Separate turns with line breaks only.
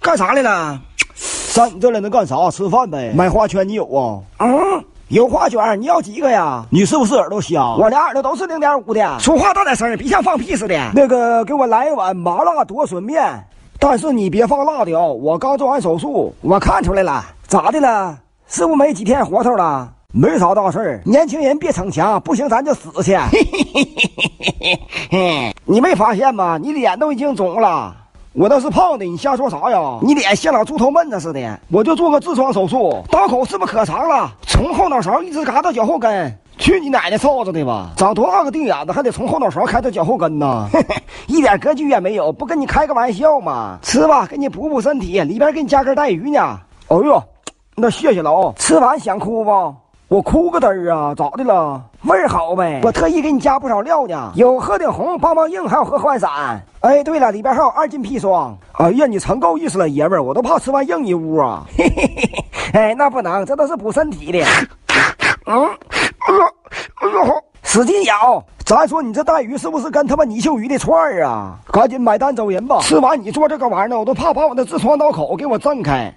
干啥来了？
上你这来能干啥？吃饭呗。买花圈你有啊？
啊，有花卷，你要几个呀？
你是不是耳朵瞎？
我俩耳朵都是零点五的，说话大点声，别像放屁似的。
那个，给我来一碗麻辣夺笋面，但是你别放
啊
辣条。我刚做完手术，
我看出来了，咋的了？是不是没几天活头了？
没啥大事儿。
年轻人别逞强，不行咱就死去。你没发现吗？你脸都已经肿了。我那是胖的，你瞎说啥呀？你脸像老猪头闷子似的。我就做个痔疮手术，刀口是不是可长了？从后脑勺一直嘎到脚后跟。去你奶奶臊子的吧！长多大个腚眼子，还得从后脑勺开到脚后跟呢， 一点格局也没有。不跟你开个玩笑吗？吃吧，给你补补身体。里边给你加根带鱼呢。
哎呦，那谢谢了啊、哦！
吃完想哭不？
我哭个嘚儿啊！咋的了？
味儿好呗！我特意给你加不少料呢，有鹤顶红、棒棒硬，还有合欢散。哎，对了，里边还有二斤砒霜。
哎呀，你成够意思了，爷们儿，我都怕吃完硬一屋啊！
哎，那不能，这都是补身体的。嗯，哎呦，
嗯
哎呦，使劲咬！
咱说你这带鱼是不是跟他妈泥鳅鱼的串儿啊？赶紧买单走人吧！吃完你做这个玩意儿呢，我都怕把我那痔疮刀口给我挣开。